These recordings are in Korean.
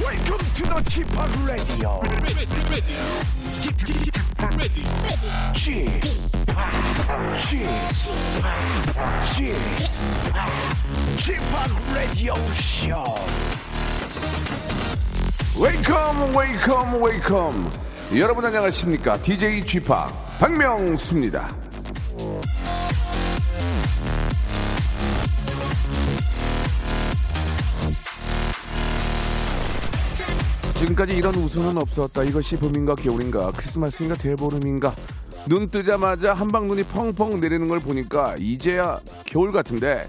Welcome to the Chip Radio. ready, ready, ready, ready. Chip, Chip, Chip, Chip Radio Show. 웨이컴 웨이컴 웨이컴 여러분 안녕하십니까 DJ g 파 박명수입니다 지금까지 이런 우승은 없었다 이것이 봄인가 겨울인가 크리스마스인가 대보름인가 눈 뜨자마자 한방 눈이 펑펑 내리는 걸 보니까 이제야 겨울 같은데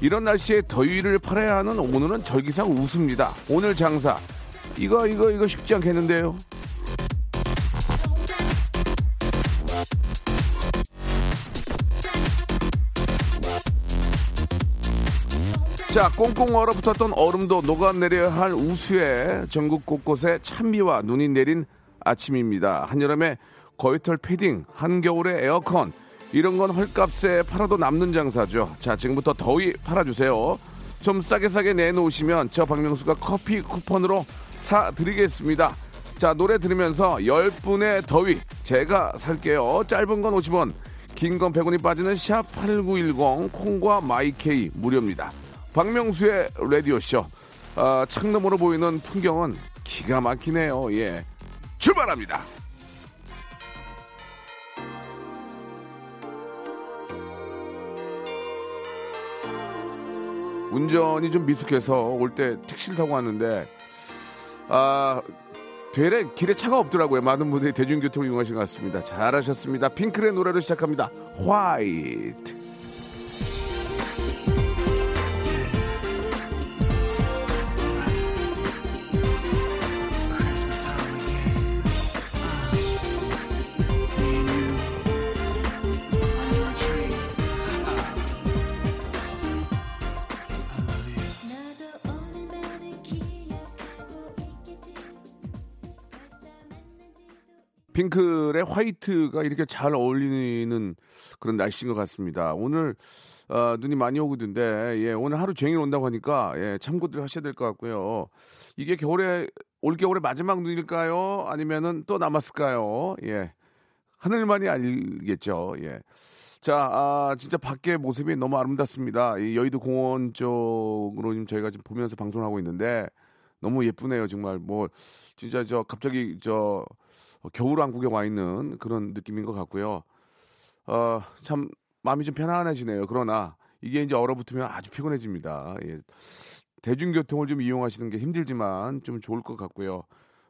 이런 날씨에 더위를 팔아야 하는 오늘은 절기상 웃습니다 오늘 장사 이거 이거 이거 쉽지 않겠는데요 자, 꽁꽁 얼어붙었던 얼음도 녹아내려야 할 우수에 전국 곳곳에 찬비와 눈이 내린 아침입니다. 한여름에 거위털 패딩, 한겨울에 에어컨 이런 건 헐값에 팔아도 남는 장사죠. 자, 지금부터 더위 팔아주세요. 좀 싸게 싸게 내놓으시면 저 박명수가 커피 쿠폰으로 사드리겠습니다. 자, 노래 들으면서 10분의 더위 제가 살게요. 짧은 건 50원, 긴 건 100원이 빠지는 샵 8910 콩과 마이케이 무료입니다. 박명수의 라디오쇼. 아, 창너머로 보이는 풍경은 기가 막히네요. 예. 출발합니다. 운전이 좀 미숙해서 올 때 택시를 타고 왔는데 아, 되레 길에 차가 없더라고요. 많은 분들이 대중교통을 이용하신 것 같습니다. 잘하셨습니다. 핑클의 노래로 시작합니다. 화이트. 나도 오늘만을 기억하고 있겠지 벌써 만난지도 핑클의 화이트가 이렇게 잘 어울리는 그런 날씨인 것 같습니다. 오늘 아, 눈이 많이 오거든데 예, 오늘 하루 종일 온다고 하니까 예, 참고들 하셔야 될 것 같고요. 이게 겨울에 올 겨울의 마지막 눈일까요? 아니면은 또 남았을까요? 예. 하늘만이 알겠죠. 예. 자, 아, 진짜 밖의 모습이 너무 아름답습니다. 이 여의도 공원 쪽으로 지금 저희가 지금 보면서 방송을 하고 있는데 너무 예쁘네요. 정말 뭐 진짜 저 갑자기 저 어, 겨울 왕국에 와 있는 그런 느낌인 것 같고요. 어, 참 마음이 좀 편안해지네요. 그러나 이게 이제 얼어붙으면 아주 피곤해집니다. 예. 대중교통을 좀 이용하시는 게 힘들지만 좀 좋을 것 같고요.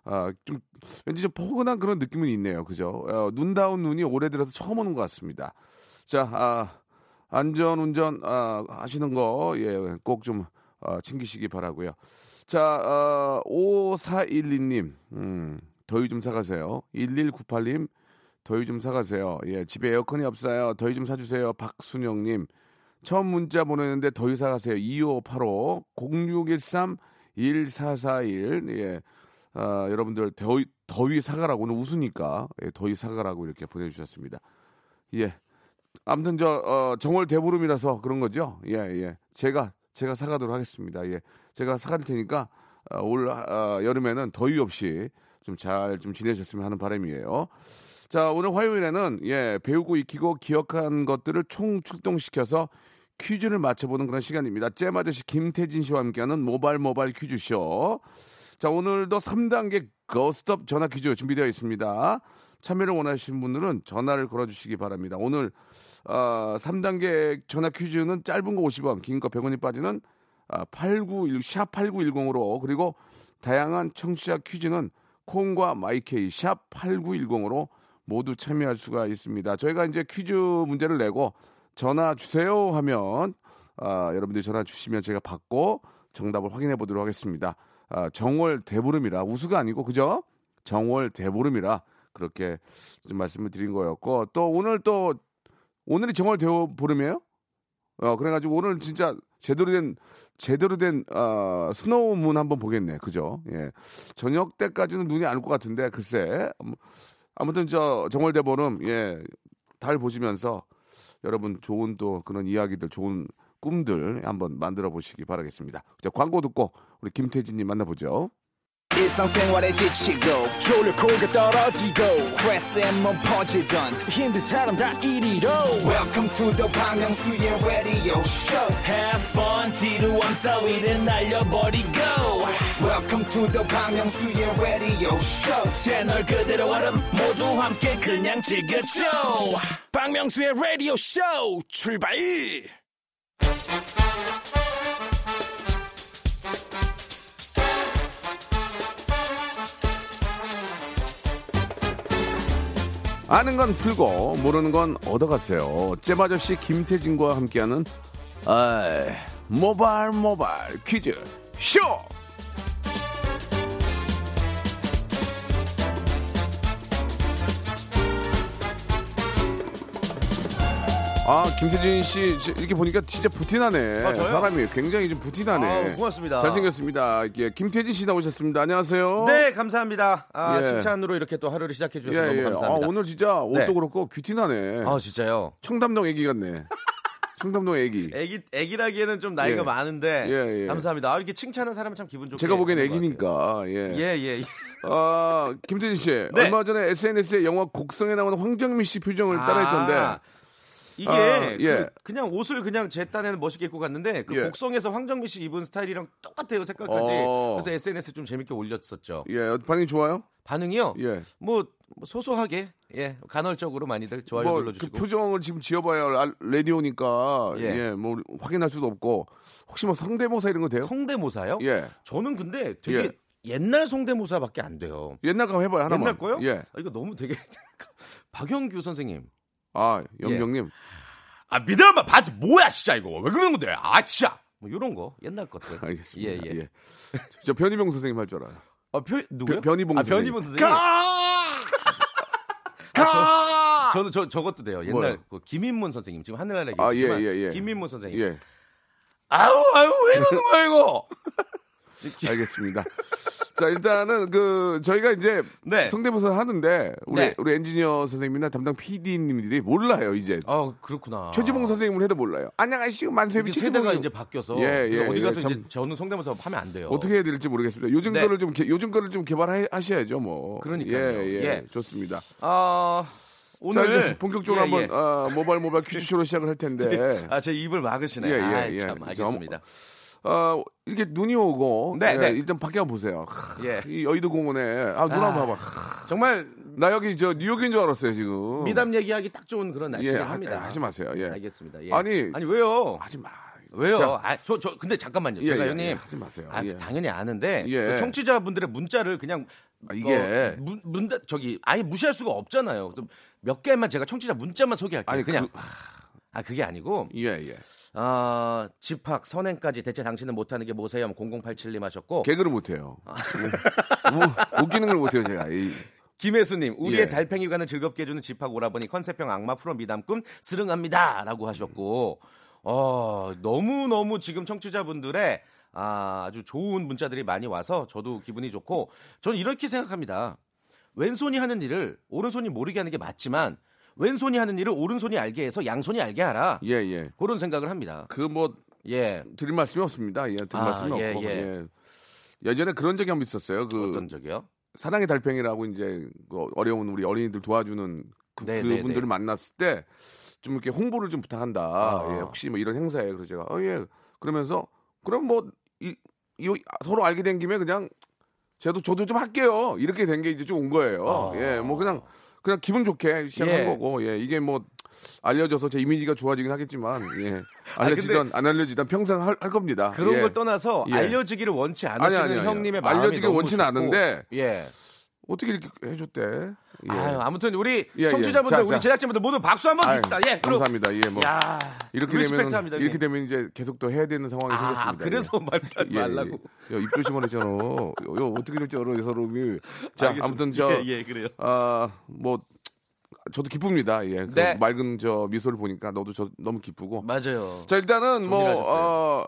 아, 좀 왠지 좀 포근한 그런 느낌은 있네요. 그죠? 어, 눈다운 눈이 올해 들어서 처음 오는 것 같습니다. 자, 아, 안전 운전 아, 하시는 거 예, 꼭 좀 아, 챙기시기 바라고요. 자, 어, 5412님. 음, 더위 좀 사가세요. 1198님. 더위 좀 사가세요. 예, 집에 에어컨이 없어요. 더위 좀 사주세요. 박순영님. 처음 문자 보내는데 더위 사가세요. 2585 0613 1441. 예. 아, 여러분들 더위 더위 사가라고 오늘 웃으니까 예, 더위 사가라고 이렇게 보내 주셨습니다. 예. 아무튼 저 어, 정월 대보름이라서 그런 거죠. 예, 예. 제가 제가 사가도록 하겠습니다. 예. 제가 사갈 테니까 어, 올 아, 여름에는 더위 없이 좀 잘 좀 지내셨으면 하는 바람이에요. 자, 오늘 화요일에는 예, 배우고 익히고 기억한 것들을 총 출동시켜서 퀴즈를 맞춰보는 그런 시간입니다. 잼 아저씨 김태진 씨와 함께하는 모발 모발 퀴즈쇼. 자, 오늘도 3단계 거스톱 전화 퀴즈 준비되어 있습니다. 참여를 원하시는 분들은 전화를 걸어주시기 바랍니다. 오늘 어, 3단계 전화 퀴즈는 짧은 거 50원, 긴 거 100원이 빠지는 아, 891, 샵8910으로 그리고 다양한 청취자 퀴즈는 콩과 마이케이 샵 8910으로 모두 참여할 수가 있습니다. 저희가 이제 퀴즈 문제를 내고 전화 주세요 하면 아, 여러분들이 전화 주시면 제가 받고 정답을 확인해 보도록 하겠습니다. 아, 정월 대보름이라 우수가 아니고 그죠? 정월 대보름이라 그렇게 좀 말씀을 드린 거였고 또 오늘 또 오늘이 정월 대보름이에요? 어 그래가지고 오늘 진짜 제대로 된 제대로 된 어, 스노우문 한번 보겠네 그죠? 예 저녁 때까지는 눈이 안 올 것 같은데 글쎄 아무- 아무튼 저 정월 대보름 예달 보시면서 여러분 좋은 또 그런 이야기들 좋은 꿈들 한번 만들어 보시기 바라겠습니다. 자, 광고 듣고 우리 김태진님 만나보죠. 일상생활에 지치고, 졸려 코가 떨어지고, 스트레스에 몸 퍼지던, 힘든 사람 다 이리로. welcome to the Bang Myung-soo's radio show Have fun 지루함 따위를 날려버리고 welcome to the Bang Myung-soo's radio show 채널 그대로 얼음 모두 함께 그냥 즐겨줘 박명수의 라디오 쇼 출발! 아는 건 풀고 모르는 건 얻어가세요. 째바저씨 김태진과 함께하는 아, 모발 모발 퀴즈 쇼. 아 김태진 씨 지- 이렇게 보니까 진짜 부티나네. 아, 저요? 사람이 굉장히 좀 부티나네. 아우, 고맙습니다. 잘생겼습니다. 이게 김태진 씨 나오셨습니다. 안녕하세요. 네, 감사합니다. 아, 예. 칭찬으로 이렇게 또 하루를 시작해 예, 주셔서 너무 예. 아, 감사합니다. 오늘 진짜 옷도 네. 그렇고 귀티나네. 아, 진짜요? 청담동 애기 같네. 청담동 애기. 애기 애기라기에는 좀 나이가 예. 많은데 예, 예. 감사합니다. 아, 이렇게 칭찬하는 사람은 참 기분 좋게. 제가 보기엔 보는 것 애기니까. 예. 같아요. 예, 네. 예. 예. 아, 김태진 씨. 얼마 전에 SNS에 영화 곡성에 나오는 황정민 씨 표정을 따라했던데. 아, 이게 아, 예. 그, 냥 옷을 그냥 제 딴에는 멋있게 입고 갔는데 그 예. 곡성에서 황정민 씨 입은 스타일이랑 똑같아요 색깔까지 어. 그래서 SNS 좀 재밌게 올렸었죠 예, 반응이 좋아요? 반응이요 예. 뭐 소소하게 예 간헐적으로 많이들 좋아요 뭐, 그 눌러주시고 표정을 지금 지어봐야 라- 라디오니까. 예. 예. 뭐, 확인할 수도 없고. 혹시 뭐 성대모사 이런 거 돼요? 성대모사요 예. 저는 근데 되게 예. 옛날 성대모사밖에 안 돼요. 옛날 거 한번 해봐요, 하나만. 옛날 거요? 예. 아, 이거 너무 되게 박영규 선생님. 아, 예. 영경님. 아 믿음아 바지 뭐야 진짜 이거 왜 그러는 건데 아 진짜 뭐 이런 거 옛날 것들. 알겠습니다. 예 예, 예. 저 변희봉 선생님 할 줄 알아요. 아, 표, 변- 누구요? 변희봉 아, 선생님. 변희봉 선생님. 아, 저, 저는 저 저것도 돼요. 옛날 뭐요? 그 김인문 선생님 지금 하늘나라 아, 계시지만 예, 예, 예. 김인문 선생님. 예. 아우 아우 왜 이러는 거야 이거? 알겠습니다. 자 일단은 그 저희가 이제 네. 성대모사 하는데 우리 네. 우리 엔지니어 선생님이나 담당 PD님들이 몰라요 이제 아 그렇구나. 최지봉 선생님을 해도 몰라요. 안녕하시오 만세비 이게 세대가 최지봉. 이제 바뀌어서 예, 예, 어디 가서 예, 참- 이제 저는 성대모사 하면 안 돼요. 어떻게 해야 될지 모르겠습니다. 요즘 네. 거를 좀 개- 요즘 거를 좀 개발하셔야죠 뭐. 그러니까요. 예, 예, 예. 좋습니다. 아 자 오늘 이제 본격적으로 예, 한번 예. 아, 모바일 모바일 퀴즈쇼로 시작을 할 텐데 아, 제 입을 막으시네. 예, 예, 아, 예. 이제 참 어머- 알겠습니다. 아, 이렇게 눈이 오고 네, 예, 네. 일단 밖에 한번 보세요. 크, 예. 이 여의도 공원에 아 누나 아. 봐봐. 크, 정말 나 여기 저 뉴욕인 줄 알았어요 지금. 미담 얘기하기 딱 좋은 그런 날씨긴 예, 하, 합니다. 하지 마세요. 예. 알겠습니다. 예. 아니- 아니 왜요? 하지 마. 왜요? 자, 아, 저, 저 근데 잠깐만요. 예, 제가 예, 형님 예, 하지 마세요. 아, 예. 당연히 아는데 예. 그 청취자분들의 문자를 그냥 아, 이게- 어, 문, 문 저기 아예 무시할 수가 없잖아요. 좀 몇 개만 제가 청취자 문자만 소개할게요. 아니, 그냥 그- 아 그게 아니고 예, 예. 아 집합 선행까지 대체 당신은 못하는 게 뭐세요? 0087님 하셨고 개그를 못해요. 우- 웃기는 걸 못해요, 제가. 이, 김혜수님, 우리의 예. 달팽이관을 즐겁게 해주는 집합 오라버니 컨셉형 악마 프로 미담꾼 스릉합니다라고 하셨고, 어 너무 너무 지금 청취자분들의 아, 아주 좋은 문자들이 많이 와서 저도 기분이 좋고, 저는 이렇게 생각합니다. 왼손이 하는 일을 오른손이 모르게 하는 게 맞지만 왼손이 하는 일을 오른손이 알게 해서 양손이 알게 하라 예, 예. 그런 생각을 합니다. 그 뭐 예, 드릴 말씀이 없습니다. 예, 드릴 아, 말씀이 예, 없고. 예. 예. 예전에 그런 적이 한 번 있었어요. 그 어떤 적이요? 사랑의 달팽이라고 이제 그 어려운 우리 어린이들 도와주는 그, 네, 분들을 네, 네. 만났을 때 좀 이렇게 홍보를 좀 부탁한다. 아. 예, 혹시 뭐 이런 행사에 그래서 제가 어, 예. 그러면서 그럼 뭐 이, 이 서로 알게 된 김에 그냥 저도 저도 좀 할게요. 이렇게 된 게 이제 좀 온 거예요. 아. 예, 뭐 그냥 그냥 기분 좋게 시작한 예. 거고, 예, 이게 뭐 알려져서 제 이미지가 좋아지긴 하겠지만, 예, 아니, 알려지든 안 알려지든 평생 할, 할 겁니다. 그런 예. 걸 떠나서 예. 알려지기를 원치 않으시는 아니, 아니, 아니. 형님의 마음이 알려지길 너무 원치는 좋고, 않은데. 예. 어떻게 이렇게 해줬대? 예. 아유, 아무튼 우리 예, 예. 청취자분들, 자, 우리 자. 제작진분들 모두 박수 한번 아유, 줍시다. 예, 그럼. 감사합니다. 예, 뭐 야, 이렇게 리스펙트 되면 합니다. 예. 이렇게 되면 이제 계속 또 해야 되는 상황이 생겼습니다. 아, 그래서 말싸지 예, 말라고. 예. 야, 입 조심하래잖아. 요 어떻게 될지 알아, 이 사람이. 자, 알겠습니다. 아무튼 저 예, 예, 그래요. 아, 뭐 저도 기쁩니다. 예. 그 네. 맑은 저 미소를 보니까 너도 저 너무 기쁘고. 맞아요. 자, 일단은 뭐 정리하셨어요. 어,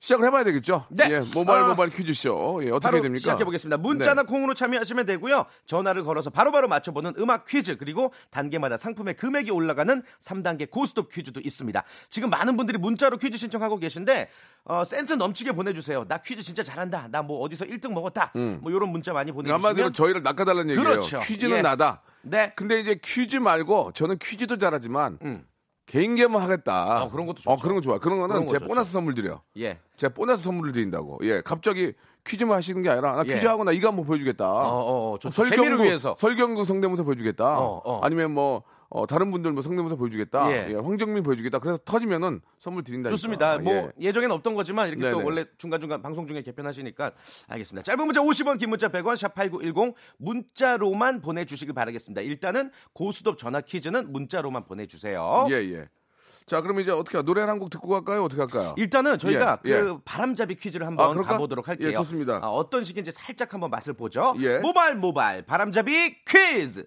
시작을 해봐야 되겠죠? 네. 예, 모바일 아, 모바일 퀴즈쇼. 예, 어떻게 바로 해야 됩니까? 시작해 보겠습니다. 문자나 네. 콩으로 참여하시면 되고요. 전화를 걸어서 바로바로 맞춰보는 음악 퀴즈 그리고 단계마다 상품의 금액이 올라가는 3단계 고스톱 퀴즈도 있습니다. 지금 많은 분들이 문자로 퀴즈 신청하고 계신데 어, 센스 넘치게 보내주세요. 나 퀴즈 진짜 잘한다. 나 뭐 어디서 1등 먹었다. 뭐 이런 문자 많이 음. 네. 한마디로 보내주시면 저희를 그- 낚아달라는 얘기예요. 그렇죠. 퀴즈는 예. 나다. 네. 근데 이제 퀴즈 말고 저는 퀴즈도 잘하지만 개인기 한번 하겠다. 음. 아, 그런 것도 어, 좋죠. 그런 거 좋아. 그런 거는 그런 거 제가 좋죠. 보너스 선물 드려. 예. 제가 보너스 선물을 드린다고. 예, 갑자기 퀴즈만 하시는 게 아니라 나 예. 퀴즈하고 나 이거 한번 보여주겠다. 뭐 어, 어, 좋죠. 재미를 위해서. 설경구 성대모사 보여주겠다. 어, 어. 아니면 뭐 어, 다른 분들 뭐 성대모사 보여주겠다. 예. 예. 황정민 보여주겠다. 그래서 터지면은 선물 아, 드린다. 좋습니다. 뭐 예. 전엔 없던 거지만 이렇게 또 네네. 원래 중간중간 방송 중에 개편하시니까 알겠습니다. 짧은 문자 50원, 긴 문자 100원, 샵 8910 문자로만 보내주시길 바라겠습니다. 일단은 고수톱 전화 퀴즈는 문자로만 보내주세요. 예, 예. 자, 그럼 이제 어떻게 노래 한 곡 듣고 갈까요? 어떻게 할까요? 일단은 저희가 예, 그 예. 바람잡이 퀴즈를 아, 한번 그럴까? 가보도록 할게요. 예, 좋습니다. 아, 어떤 식인지 살짝 한번 맛을 보죠. 예. 모발 모발 바람잡이 퀴즈.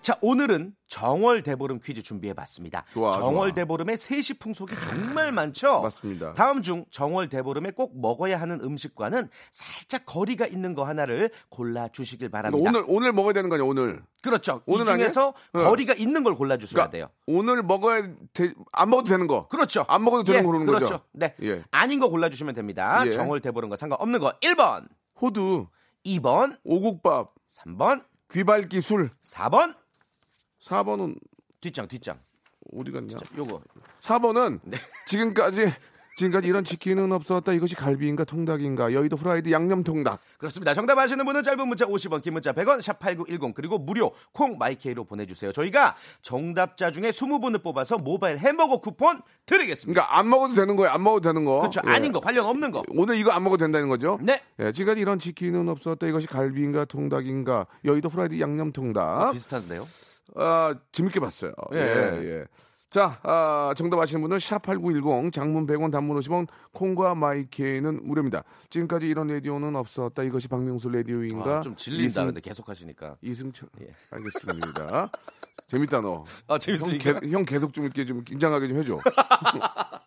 자 오늘은 정월 대보름 퀴즈 준비해봤습니다. 좋아, 정월 좋아. 대보름에 세시 풍속이 정말 많죠. 맞습니다. 다음 중 정월 대보름에 꼭 먹어야 하는 음식과는 살짝 거리가 있는 거 하나를 골라 주시길 바랍니다. 오늘 오늘 먹어야 되는 거 아니야, 오늘. 그렇죠. 이 오늘 아니에요? 중에서 네. 거리가 있는 걸 골라 주셔야 그러니까 돼요. 오늘 먹어야 돼- 안 먹어도 되는 거. 그렇죠. 안 먹어도 되는 예, 거라는 그렇죠. 거죠? 네. 예. 아닌 거 골라주시면 됩니다. 예. 정월 대보름과 상관없는 거 1번, 호두, 2번, 오곡밥, 3번, 귀발기 술. 4번, 4번은 뒷장, 뒷장. 어디 갔냐? 요거. 4번은 네. 지금까지 지금까지 이런 치킨은 없었다. 이것이 갈비인가 통닭인가? 여의도 후라이드 양념 통닭. 그렇습니다. 정답 아시는 분은 짧은 문자 50원, 긴 문자 100원, 샵8910 그리고 무료 콩 마이케이로 보내주세요. 저희가 정답자 중에 20분을 뽑아서 모바일 햄버거 쿠폰 드리겠습니다. 그러니까 안 먹어도 되는 거예요. 안 먹어도 되는 거. 그렇죠. 예. 아닌 거, 관련 없는 거. 오늘 이거 안 먹어도 된다는 거죠? 네. 예, 지금까지 이런 치킨은 없었다. 이것이 갈비인가 통닭인가? 여의도 후라이드 양념 통닭. 비슷한데요? 아, 재밌게 봤어요. 예, 예. 예. 자, 아, 정답 아시는 분은 샵8910 장문 100원 단문 50원 콩과 마이케이는 무료입니다. 지금까지 이런 라디오는 없었다. 이것이 박명수 라디오인가? 아, 좀 질린다, 이승- 근데 계속 하시니까. 이승철. 알겠습니다. 재밌다 너. 아, 형, 재밌으니까. 계, 형 계속 좀 이렇게 좀 긴장하게 좀 해줘.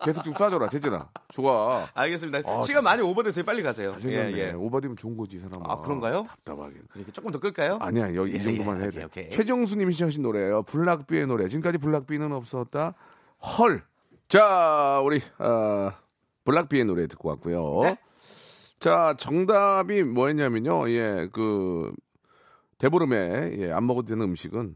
계속 좀 쏴줘라, 대진아. 좋아. 알겠습니다. 시간 많이 오버됐어요. 빨리 가세요. 예, 잘생겼네. 오바되면 좋은 거지, 이 사람아. 아, 그런가요? 답답하게. 그러니까 조금 더 끌까요? 아니야, 여기 예, 이 정도만 예, 해야 오케이, 돼. 오케이. 최정수님이 시작하신 노래예요. 블락비의 노래. 지금까지 블락비는 없었다. 헐. 자, 우리 어, 블락비의 노래 듣고 왔고요. 네. 자, 정답이 뭐였냐면요. 예, 그 대보름에 예, 안 먹어도 되는 음식은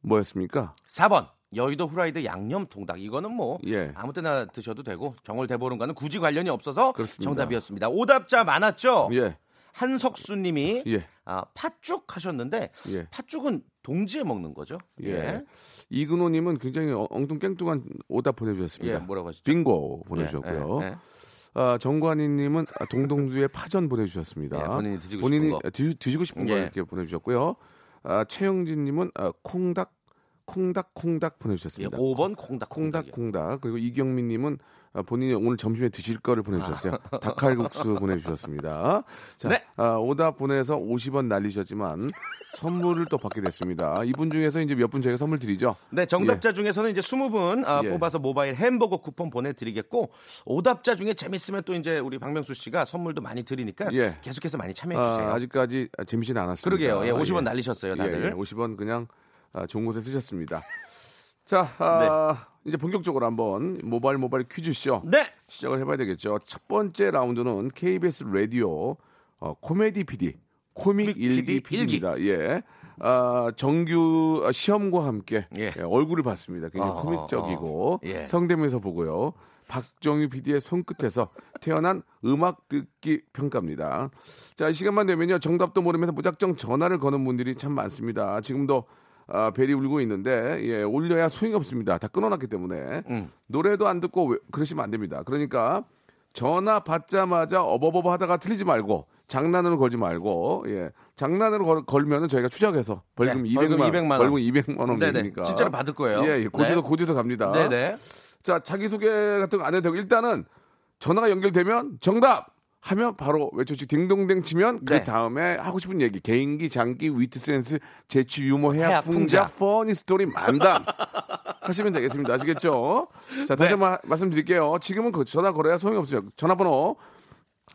뭐였습니까? 4번 여의도 후라이드 양념 통닭 이거는 뭐 예. 아무 때나 드셔도 되고 정월 대보름과는 굳이 관련이 없어서 그렇습니다. 정답이었습니다. 오답자 많았죠. 예, 한석수님이 예. 아, 팥죽 하셨는데 예. 팥죽은 동지에 먹는 거죠. 예. 이근호님은 굉장히 어- 엉뚱깽뚱한 오답 보내주셨습니다. 예, 뭐라고 하시죠? 빙고 예, 보내주셨고요. 예, 예. 아, 정관희님은 아, 동동주의 파전 보내주셨습니다. 예, 본인이 드시고 싶은 거. 드, 드시고 싶은 거 예. 이렇게 보내주셨고요. 아, 최영진님은 아, 콩닥 콩닥 콩닥 예, 보내주셨습니다. 5번 콩닥 콩닥 콩닥이요. 콩닥 그리고 이경민님은 아, 본인이 오늘 점심에 드실 거를 보내주셨어요. 닭칼국수 보내주셨습니다. 자, 아. 네. 아, 오답 보내서 50원 날리셨지만 선물을 또 받게 됐습니다. 이분 중에서 이제 몇 분 저희가 선물 드리죠. 네, 정답자 중에서는 이제 20분 아, 예. 뽑아서 모바일 햄버거 쿠폰 보내드리겠고 오답자 중에 재밌으면 또 이제 우리 박명수 씨가 선물도 많이 드리니까 예. 계속해서 많이 참여해 주세요. 아, 아직까지 재미진 않았습니다. 그러게요. 예, 50원 날리셨어요, 다들. 예, 예, 50원 그냥 아, 좋은 곳에 쓰셨습니다. 자, 아, 이제 본격적으로 한번 모바일 모바일 퀴즈쇼 네, 시작을 해봐야 되겠죠. 첫 번째 라운드는 KBS 라디오 어, 코미디 PD 코믹 일기 PD PD입니다. 예. 아, 정규 아, 시험과 함께 예. 예, 얼굴을 봤습니다. 굉장히 어, 코믹적이고 어, 예. 성대면서 보고요. 박정유 PD의 손끝에서 태어난 음악 듣기 평가입니다. 자, 이 시간만 되면요. 정답도 모르면서 무작정 전화를 거는 분들이 참 많습니다. 지금도 아, 벨이 울고 있는데 예, 올려야 소용이 없습니다. 다 끊어놨기 때문에 음. 노래도 안 듣고 왜- 그러시면 안 됩니다. 그러니까 전화 받자마자 어버버버 하다가 틀리지 말고 장난으로 걸지 말고 예, 장난으로 걸, 걸면은 저희가 추적해서 벌금 네, 200만 벌금 200만 원. 벌금 200만 원 네네. 되니까 진짜로 받을 거예요. 예, 예 고지서 네. 고지서 갑니다. 네, 네. 자, 자기소개 같은 거 안 해도 되고, 일단은 전화가 연결되면 정답! 하면 바로 외쳐주 딩동댕 치면 그 네. 다음에 하고 싶은 얘기 개인기 장기 위트 센스 재치 유머 해야 해야 풍자 풍자. 퍼니 스토리 만담 하시면 되겠습니다 아시겠죠 자 다시 한번 말씀드릴게요 지금은 그 전화 걸어야 소용이 없어요 전화번호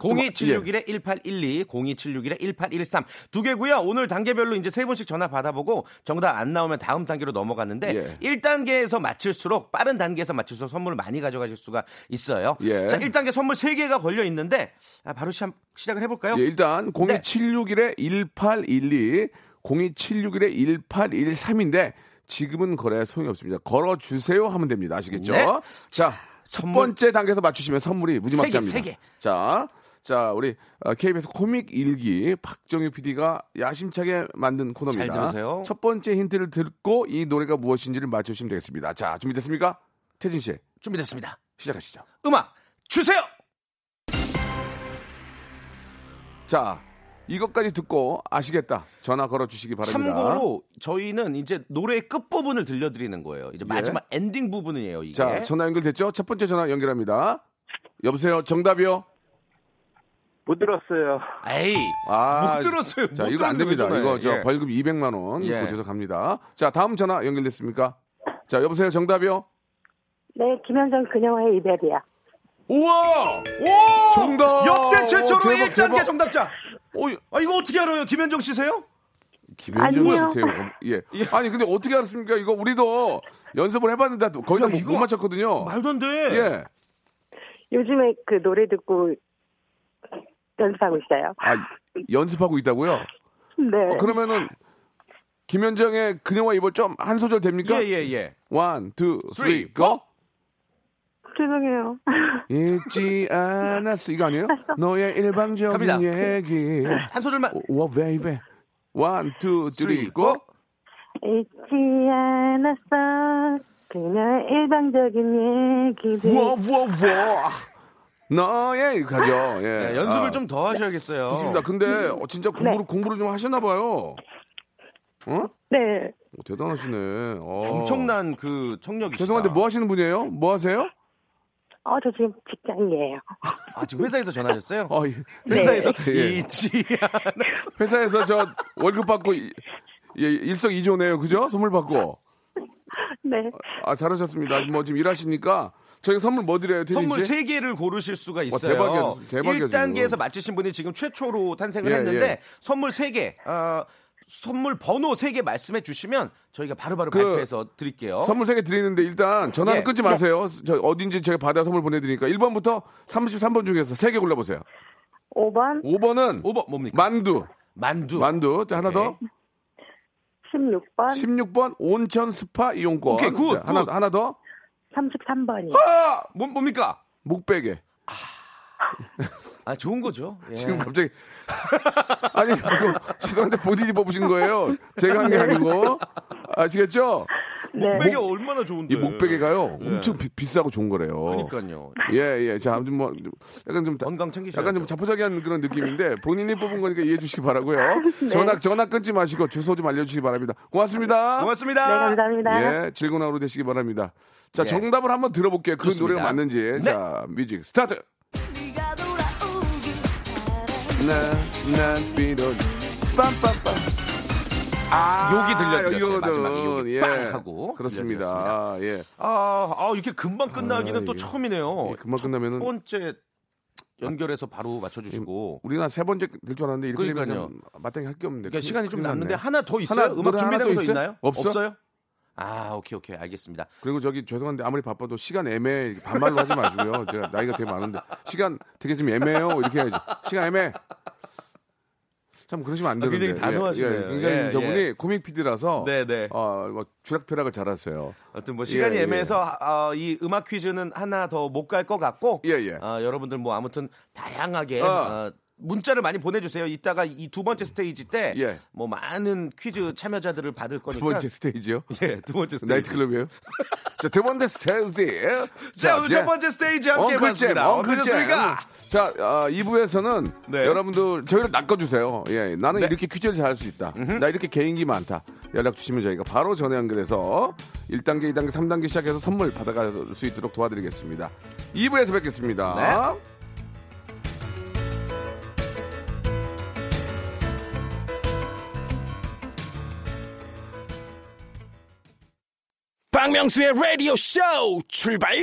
예. 02761-1812, 02761-1813. 두 개고요. 오늘 단계별로 이제 세 번씩 전화 받아보고 정답 안 나오면 다음 단계로 넘어갔는데 예. 일 1단계에서 맞힐수록 빠른 단계에서 맞출수록 선물을 많이 가져가실 수가 있어요. 예. 자, 1단계 선물 세개가 걸려 있는데 아, 바로 시, 작을 해볼까요? 예, 일단 네. 02761-1812, 02761-1813인데 지금은 거래 소용이 없습니다. 걸어주세요 하면 됩니다. 아시겠죠? 네. 자, 첫 선물. 번째 단계에서 맞추시면 선물이 무지막지합니다. 세 개, 세 개. 자, 자 우리 어, KBS 코믹 일기 박정희 PD가 야심차게 만든 코너입니다. 잘 들으세요. 첫 번째 힌트를 듣고 이 노래가 무엇인지를 맞추시면 되겠습니다. 자, 준비됐습니까? 태진 씨, 준비됐습니다. 시작하시죠. 음악 주세요. 자, 이것까지 듣고 아시겠다. 전화 걸어주시기 바랍니다. 참고로 저희는 이제 노래의 끝 부분을 들려드리는 거예요. 이제 마지막 엔딩 부분이에요. 이게 자, 전화 연결됐죠? 첫 번째 전화 연결합니다. 여보세요, 정답이요? 못 들었어요. 에이 아, 못 들었어요. 자, 못 이거 안 됩니다. 들었는데 왜 이거 저 전화해? 벌금 200만원 예. 고쳐서 갑니다. 자, 다음 전화 연결됐습니까? 자, 여보세요, 정답이요? 네, 김현정 그녀와의 이별이야. 우와! 오! 정답! 역대 최초로 오, 대박, 1단계 대박. 정답자. 오, 아 이거 어떻게 알아요? 김현정 씨세요? 김현정 아니요. 씨세요. 예. 아니, 근데 어떻게 알았습니까? 이거 우리도 연습을 해봤는데 거의 야, 다못 이거 맞췄거든요. 말도 안 돼. 예. 요즘에 그 노래 듣고 연습하고 있어요. 아, 연습하고 있다고요? 네. 어, 그러면은, 김현정의 그녀와 이별 좀 한 소절 됩니까? 예, 예, 예. One, two, three, Three, go! 죄송해요. 잊지 않았어 이거 아니에요? 너의 일방적인 갑니다. 얘기 한 소절만. 어? 와 베이베 원투 쓰리 쓰리, 고 포. 잊지 않았어. 그녀의 일방적인 얘기들. 와와와 너의 이거 가죠 예. 네, 연습을 아, 좀 더 하셔야겠어요. 음. 좋습니다 근데 어, 진짜 공부를 공부를 좀 하셨나 봐요 어? 네. 어, 대단하시네 어. 엄청난 그 청력이. 죄송한데 뭐 하시는 분이에요? 뭐 하세요? 어, 저 지금 직장이에요. 아 지금 회사에서 전화하셨어요? 어, 예. 네. 회사에서 예. 잊지 않았어. 회사에서 저 월급 받고 이- 예, 일석이조네요 그죠? 선물 받고 네. 아 잘하셨습니다. 뭐 지금 일하시니까 저희 선물 뭐 드려요? 태진 선물 씨? 세 개를 고르실 수가 있어요. 대박이야, 대박이야, 1단계에서 지금. 맞히신 분이 지금 최초로 탄생을 예, 했는데 예. 선물 세 개, 어, 선물 번호 세 개 말씀해 주시면 저희가 바로바로 그 발표해서 드릴게요. 선물 세 개 드리는데 일단 전화는 예. 끊지 마세요. 저 어딘지 제가 받아 선물 보내드리니까 1번부터 33번 중에서 세 개 골라보세요. 5번, 5번은 5번 뭡니까? 만두, 만두. 만두. 자 하나 더. 네. 16번, 16번 온천 스파 이용권. 오케이, 굿, 자, 하나 굿. 하나 더. 33번이요. 아, 뭐, 뭡니까? 목베개. 아 좋은 거죠. 예. 지금 갑자기 아니 그럼 죄송한데 본인이 뽑으신 거예요. 제가 한 게 아니고 아시겠죠? 네. 목베개 얼마나 좋은데? 이 목베개가요 엄청 비, 비싸고 좋은 거래요. 네. 그러니까요. 예, 예. 자, 아무튼 뭐, 약간 좀. 건강 챙기셔야죠. 약간 좀 자포자기한 그런 느낌인데 본인이 뽑은 거니까 이해해 주시기 바라고요. 전화, 전화 끊지 마시고 주소 좀 알려주시기 바랍니다. 고맙습니다. 고맙습니다. 네, 감사합니다. 예, 즐거운 하루 되시기 바랍니다. 자, 예. 정답을 한번 들어볼게요. 그 좋습니다. 노래가 맞는지. 네. 자, 뮤직 스타트. 나, 나, 비로, 빰빰빰. 아, 욕이 들려드렸어요. 이거는, 마지막에 욕이 예. 빵 하고 그렇습니다. 예. 아, 아 이렇게 금방 끝나기는 아, 또 이게- 처음이네요. 금방 끝나면은 첫 번째 연결해서 바로 맞춰주시고. 우리가 세 번째 될 줄 알았는데 이렇게 되면 그러니까요. 그냥 마땅히 할 게 없는데. 그러니까 시간이 좀 큰일 났네. 남는데 하나 더 있어요? 하나, 음악 노래 하나 준비된 더 거 있어요? 있나요? 없어? 없어요? 아 오케이 오케이 알겠습니다. 그리고 저기 죄송한데 아무리 바빠도 시간 애매해 이렇게 반말로 하지 마시고요. 제가 나이가 되게 많은데 시간 되게 좀 애매해요 이렇게 해야지. 시간 애매. 참 그러시면 안 되는데. 아, 굉장히 단호하시네요. 예, 예, 굉장히 예, 저분이 예. 코믹 PD라서 네네. 어, 뭐 주락펴락을 잘하세요. 아무튼 뭐 시간이 예, 예. 애매해서 아, 이 음악 퀴즈는 하나 더 못 갈 것 같고 예, 예. 아, 여러분들 뭐 아무튼 다양하게 어. 아, 문자를 많이 보내주세요. 이따가 이 두 번째 스테이지 때 뭐 예. 많은 퀴즈 참여자들을 받을 거니까 두 번째 스테이지요. 예, 두 번째 스테이지. 나이트클럽이에요. 자, 두 번째 스테이지. 자, 오늘 첫 번째 스테이지 함께 해봤습니다. 어떠셨습니까? 자, 아, 2부에서는 네. 여러분들 저희를 낚아주세요. 예, 나는 이렇게 퀴즈를 잘할 수 있다. 나 이렇게 개인기 많다. 연락 주시면 저희가 바로 전화 연결해서 1단계, 2단계, 3단계 시작해서 선물 받아갈 수 있도록 도와드리겠습니다. 2부에서 뵙겠습니다. 네. 박명수의 라디오 쇼 출발!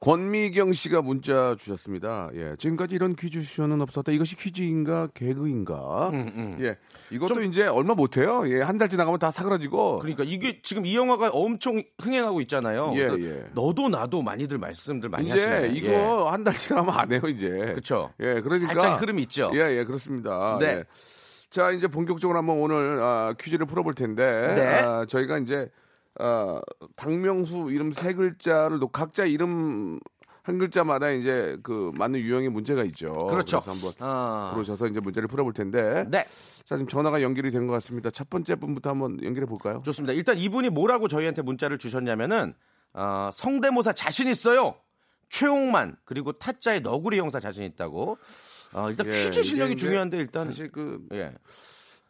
권미경 씨가 문자 주셨습니다. 예, 지금까지 이런 퀴즈 쇼는 없었다. 이것이 퀴즈인가 개그인가? 음, 예, 이것도 이제 얼마 못해요. 예, 한 달 지나가면 다 사그라지고. 그러니까 이게 지금 이 영화가 엄청 흥행하고 있잖아요. 예, 그래서 예. 너도 나도 많이들 말씀들 많이 이제 하시네요. 예. 이거 한 달 지나면 안 해요 이제. 그렇죠. 예, 그러니까 살짝 흐름이 있죠. 예, 예, 그렇습니다. 네. 예. 자, 이제 본격적으로 한번 오늘 아, 퀴즈를 풀어볼 텐데 네. 아, 저희가 이제 아, 박명수 이름 세 글자를 놓 각자 이름 한 글자마다 이제 그 맞는 유형의 문제가 있죠. 그렇죠. 그래서 한번 아. 들어오셔서 이제 문제를 풀어볼 텐데. 네. 자, 지금 전화가 연결이 된 것 같습니다. 첫 번째 분부터 한번 연결해 볼까요? 좋습니다. 일단 이분이 뭐라고 저희한테 문자를 주셨냐면은 아, 성대모사 자신 있어요. 최홍만 그리고 타짜의 너구리 형사 자신 있다고. 아, 일단 예, 퀴즈 실력이 이게 이제 중요한데 일단 사실 그 예.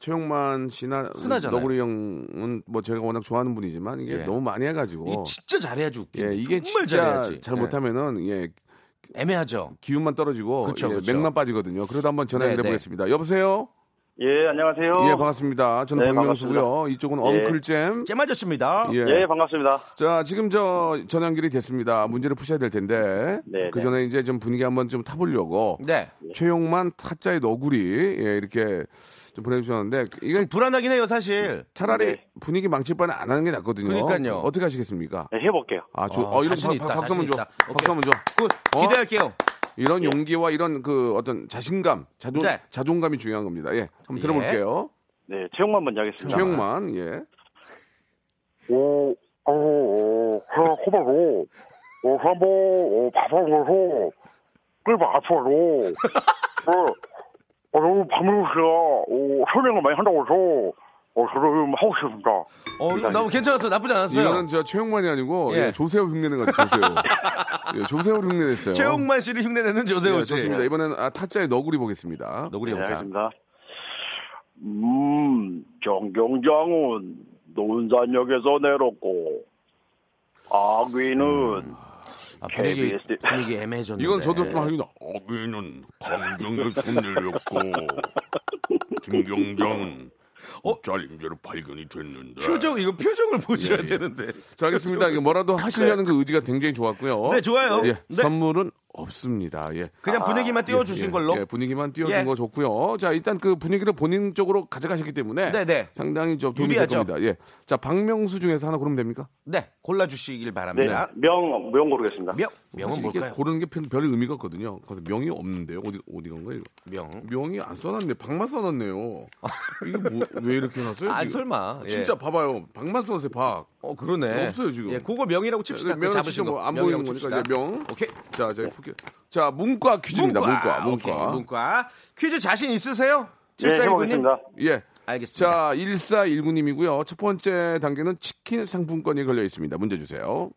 최용만 씨나 흔하잖아요. 너구리 형은 뭐 제가 워낙 좋아하는 분이지만 이게 예. 너무 많이 해가지고 이게 진짜 잘해야지 웃기. 어. 예, 이게 정말 진짜 잘해야지. 잘 예. 못하면은 예, 애매하죠. 기운만 떨어지고 그쵸, 예, 그쵸. 맥만 빠지거든요. 그래도 한번 전화 네, 연결해 네. 보겠습니다. 여보세요. 예, 안녕하세요. 예, 반갑습니다. 저는 네, 박명수고요. 이쪽은 예. 엉클잼. 잼 아저씨입니다. 예. 예, 반갑습니다. 자, 지금 저 전화 연결이 됐습니다. 문제를 푸셔야 될 텐데 네, 그 전에 이제 좀 분위기 한번 좀 타보려고 네. 최용만 타짜의 너구리 예, 이렇게 좀 보내주셨는데 이건 불안하긴 해요, 사실. 차라리 네. 분위기 망칠 바는 안 하는 게 낫거든요. 그러니까요. 어떻게 하시겠습니까? 네, 해볼게요. 아, 저, 아, 어, 이런 자신 있다, 박수 한번 자신 줘. 있다. 박수 한번 줘. 굿. 어? 기대할게요. 이런 용기와 이런 그 어떤 자신감, 자존, 네. 자존감이 중요한 겁니다. 예. 한번 예. 들어볼게요. 네, 최용만 먼저 하겠습니다. 네. 최용만, 예. 오, 오, 오, 호, 호바로, 오, 한보, 오, 어, 바바로, 끌바 앞으로, 어, 어, 너무 박명수야, 오, 설명을 어, 많이 한다고 해서, 어, 저도 좀 하고 싶습니다. 어, 이거 너무 괜찮았어. 나쁘지 않았어요. 이거는 뭐? 저 최용만이 아니고, 예. 예, 조세호 흉내는 것 같아요, 조세호. 예, 조세호를 흉내냈어요. 최홍만 씨를 흉내내는 예, 조세호 씨. 좋습니다. 이번엔 아, 타짜의 너구리 보겠습니다. 너구리 네, 형사. 알겠습니다. 음, 정경장은 논산역에서 내렸고, 아귀는 음. 아, 분위기, KBS. 분위기 애매해졌는데. 이건 저도 좀 하긴, 어귀는 강경을 손내렸고, 김경장은 어? 짤 임재로 발견이 됐는데. 표정, 이거 표정을 보셔야 예, 예. 되는데. 자, 알겠습니다. 이거 뭐라도 하시려는 그 의지가 굉장히 좋았고요. 네, 좋아요. 예, 네. 선물은 없습니다. 예. 그냥 분위기만 띄워주신 예, 걸로. 예, 분위기만 띄워준 예. 거 좋고요. 자, 일단 그 분위기를 본인 쪽으로 가져가시기 때문에 네네. 상당히 좀 도움이 될 유리하죠. 겁니다. 예. 자, 박명수 중에서 하나 고르면 됩니까? 네, 골라주시길 네, 아. 바랍니다. 명, 명 고르겠습니다. 명. 명은 사실 이게 뭘까요? 고르는 게 별 의미가 없거든요. 그래서 명이 없는데요. 어디 어디 간 거예요? 이거? 명. 명이 안 써놨네. 박만 써놨네요. 이게 뭐, 왜 이렇게 해놨어요? 안 이거? 설마. 예. 진짜 봐봐요. 박만 써놨어요. 박. 어, 그러네. 없어요, 지금. 예, 그거 명이라고 칩시다. 명은 잡으신 진짜 거. 뭐안 명이라고 보이는 거니까 칩시다. 이제 명. 오케이. 아, 자, 저희 포켓. 자, 문과 퀴즈입니다. 문과, 문과. 오케이, 문과. 퀴즈 자신 있으세요? 네, 7419 님? 해보겠습니다. 예. 알겠습니다. 자, 1419님이고요. 첫 번째 단계는 치킨 상품권이 걸려 있습니다. 문제 주세요.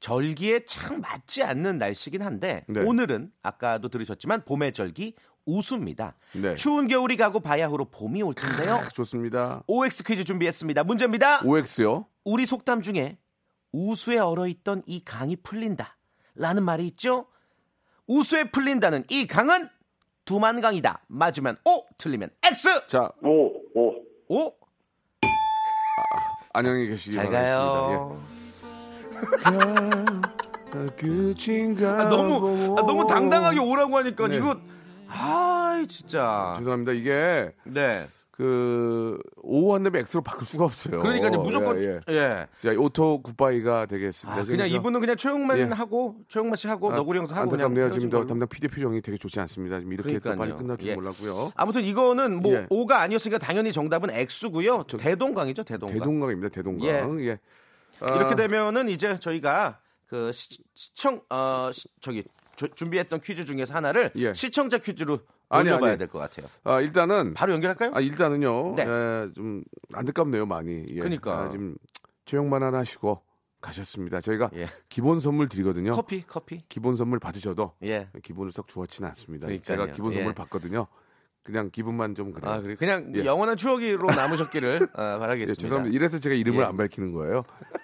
절기에 참 맞지 않는 날씨긴 한데 네. 오늘은 아까도 들으셨지만 봄의 절기 우수입니다. 네. 아. 추운 겨울이 가고 바야흐로 봄이 올 텐데요. 좋습니다. OX 퀴즈 준비했습니다. 문제입니다. OX요. 우리 속담 중에 우수에 얼어있던 이 강이 풀린다 라는 말이 있죠. 우수에 풀린다는 이 강은 두만강이다. 맞으면 O, 틀리면 X. 자, 오, 오. O. 안녕히 계시기 잘 바라겠습니다. 가요. 예. 끝인가 아, 너무 보고. 아, 너무 당당하게 오라고 하니까 네. 이거 아 진짜. 죄송합니다. 이게 네. 그 오후 한 다음에 X로 바꿀 수가 없어요. 그러니까 이제 무조건 예, 예. 예. 자, 오토 굿바이가 되겠습니다. 아, 그냥 그래서- 이분은 그냥 최용만 예. 하고 최용만 씨 하고 아, 너구리 형사 하고 그냥 안타깝네요. 헤어진 지금 너, 걸로. 담당 피디 표정이 되게 좋지 않습니다. 지금 이렇게 또 빨리 그러니까요. 끝날 줄 예. 몰랐고요. 아무튼 이거는 뭐 예. 오가 아니었으니까 당연히 정답은 X고요. 대동강이죠, 대동강. 대동강입니다. 대동강. 예. 아, 이렇게 되면은 이제 저희가 그 시, 청어 시- 저기 저- 준비했던 퀴즈 중에서 하나를 예. 시청자 퀴즈로 아니, 올려봐야 아니. 될 것 같아요. 아, 일단은 바로 연결할까요? 아, 일단은요. 네. 예, 좀 안타깝네요, 많이. 예. 그러니까. 아, 지금 최용만 하나 하시고 가셨습니다. 저희가 예. 기본 선물 드리거든요. 커피, 커피. 기본 선물 받으셔도 예. 기분을 썩 좋아치는 않습니다. 그러니까요. 제가 기본 예. 선물 받거든요. 그냥 기분만 좀 그래요. 아, 그래 그냥 예. 영원한 추억으로 남으셨기를 아, 예, 바라겠습니다. 죄송합니다. 이래서 제가 이름을 예. 안 밝히는 거예요.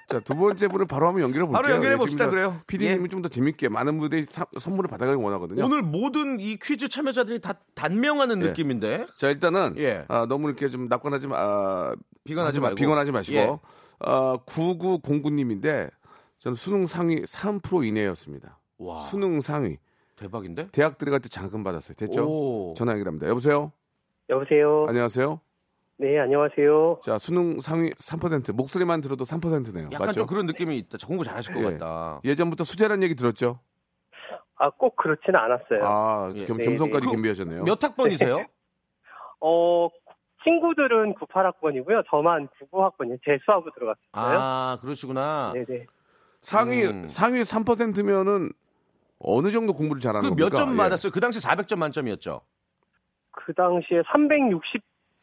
자, 두 번째 분을 바로 한번 연결해 볼게요. 바로 연결해 봅시다, 그래요. 예. PD님이 좀 더 재밌게 많은 분들이 사- 선물을 받아가길 원하거든요. 오늘 모든 이 퀴즈 참여자들이 다 단명하는 예. 느낌인데 자, 일단은 예. 아, 너무 이렇게 좀 낙관하지 마, 아, 비관하지 마- 말고. 비관하지 마시고 예. 어, 9909님인데 저는 수능 상위 3% 이내였습니다. 와 수능 상위. 대박인데? 대학 들어갈 때 장금 받았어요. 됐죠? 오. 전화 연결합니다. 여보세요? 여보세요. 안녕하세요? 네, 안녕하세요. 자, 수능 상위 3% 목소리만 들어도 3%네요. 약간 맞죠? 좀 그- 그런 느낌이 있다. 공부 잘하실 것 예. 같다. 예전부터 수재란 얘기 들었죠? 아, 꼭 그렇지는 않았어요. 아, 예. 겸, 네, 겸손까지 네. 겸비하셨네요. 몇 학번이세요? 어, 친구들은 98학번이고요. 저만 99학번이에요. 재수하고 들어갔어요. 아 그러시구나. 예. 네네. 상위 음. 상위 3%면은 어느 정도 공부를 잘하는 그 겁니까? 몇 점 예. 받았어요? 그 당시 400점 만점이었죠. 그 당시에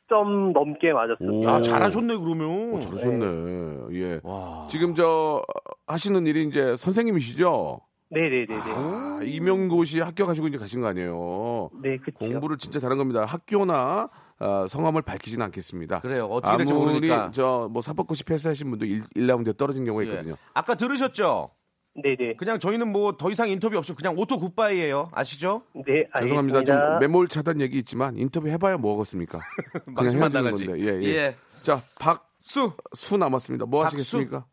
360점 넘게 맞았어요. 오. 야 아, 잘하셨네 그러면. 오, 잘하셨네. 어, 예. 와. 지금 저 하시는 일이 이제 선생님이시죠? 네네네네. 예. 아, 임용고시 합격하시고 이제 가신 거 아니에요. 네, 그쵸. 공부를 진짜 잘한 겁니다. 학교나 어, 성함을 밝히진 않겠습니다. 그래요. 어떻게 될지 아무리 모르니까. 저뭐 사법고시 패스하신 분도 1, 라운드에 떨어진 경우가 예. 있거든요. 아까 들으셨죠? 네네. 그냥 저희는 뭐 더 이상 인터뷰 없이 그냥 오토 굿바이예요. 아시죠? 네, 알겠습니다. 죄송합니다. 좀 매몰 차단 얘기 있지만 인터뷰 해봐야 뭐하겠습니까? 막심만 해야 되는 나가지. 건데. 예, 예. 예. 자, 박수 수. 남았습니다. 뭐 박수. 하시겠습니까?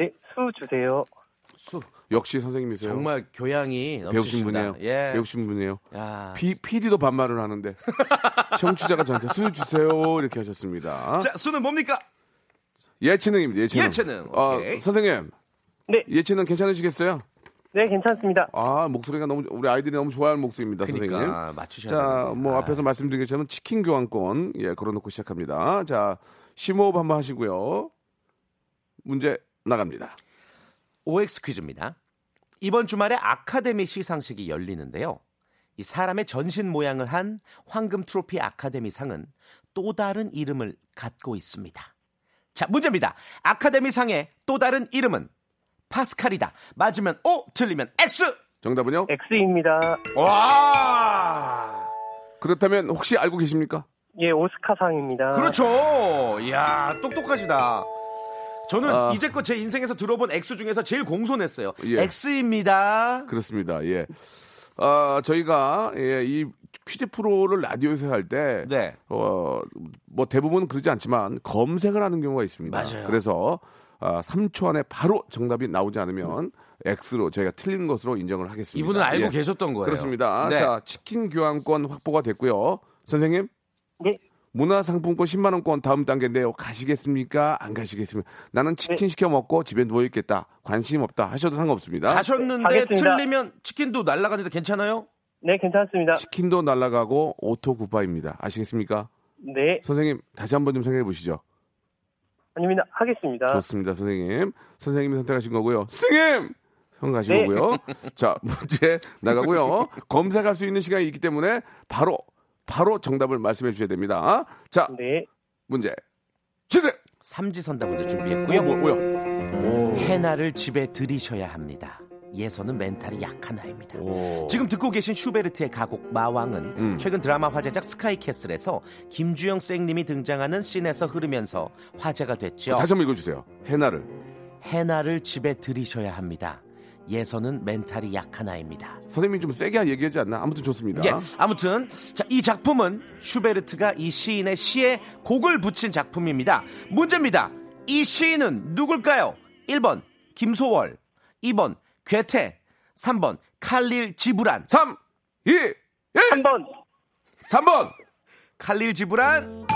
네, 수 주세요. 수. 역시 선생님이세요. 정말 교양이 배우신 넘치신다. 분이에요. 예. 배우신 분이에요. 야. 피, PD도 반말을 하는데 청취자가 저한테 수 주세요 이렇게 하셨습니다. 자, 수는 뭡니까? 예체능입니다. 예체능. 예체능, 아, 오케이. 선생님. 네. 예체능 괜찮으시겠어요? 네, 괜찮습니다. 아 목소리가 너무 우리 아이들이 너무 좋아하는 목소리입니다, 선생님. 그러니까 맞추셔야 자, 되는데. 뭐 아. 앞에서 말씀드린 것처럼 치킨 교환권 예 걸어놓고 시작합니다. 자, 심호흡 한번 하시고요. 문제 나갑니다. OX 퀴즈입니다. 이번 주말에 아카데미 시상식이 열리는데요. 이 사람의 전신 모양을 한 황금 트로피 아카데미 상은 또 다른 이름을 갖고 있습니다. 자, 문제입니다. 아카데미 상의 또 다른 이름은 파스칼이다. 맞으면 O, 틀리면 X! 정답은요? 네. X입니다. 와! 그렇다면 혹시 알고 계십니까? 예, 오스카상입니다. 그렇죠. 이야, 똑똑하시다. 저는 아. 이제껏 제 인생에서 들어본 X 중에서 제일 공손했어요. 예. X입니다. 그렇습니다. 예. 아, 저희가 예, 이 퀴즈 프로를 라디오에서 할 때 네. 어, 뭐 대부분 은 그러지 않지만 검색을 하는 경우가 있습니다. 맞아요. 그래서 아, 3초 안에 바로 정답이 나오지 않으면 X로 저희가 틀린 것으로 인정을 하겠습니다. 이분은 알고 예. 계셨던 거예요. 그렇습니다. 네. 자, 치킨 교환권 확보가 됐고요. 선생님. 네. 문화상품권 10만 원권 다음 단계인데요. 가시겠습니까? 안 가시겠습니까? 나는 치킨 시켜 먹고 집에 누워 있겠다. 관심 없다 하셔도 상관없습니다. 가셨는데 가겠습니다. 틀리면 치킨도 날라가는데 괜찮아요? 네, 괜찮습니다. 치킨도 날라가고 오토 굿바입니다. 아시겠습니까? 네, 선생님 다시 한번 좀 생각해 보시죠. 아닙니다. 하겠습니다. 좋습니다, 선생님. 선생님이 선택하신 거고요. 스님! 선택하신 네. 거고요. 자, 문제 나가고요. 검색할 수 있는 시간이 있기 때문에 바로, 바로 정답을 말씀해 주셔야 됩니다. 자, 네, 문제. 주세요! 삼지선다 문제 뭐야, 준비했고요. 뭐, 뭐야. 해나를 집에 들이셔야 합니다. 예서는 멘탈이 약한 아입니다. 지금 듣고 계신 슈베르트의 가곡 마왕은 음. 최근 드라마 화제작 스카이캐슬에서 김주영 쌩님이 등장하는 씬에서 흐르면서 화제가 됐죠. 다시 한번 읽어주세요. 해나를. 해나를 집에 들이셔야 합니다. 예서는 멘탈이 약한 아입니다. 선생님이 좀 세게 얘기하지 않나? 아무튼 좋습니다. 예, 아무튼 자, 이 작품은 슈베르트가 이 시인의 시에 곡을 붙인 작품입니다. 문제입니다. 이 시인은 누굴까요? 1번 김소월, 2번 괴테, 3번 칼릴 지브란. 3, 2, 1! 3번 3번! 칼릴 지브란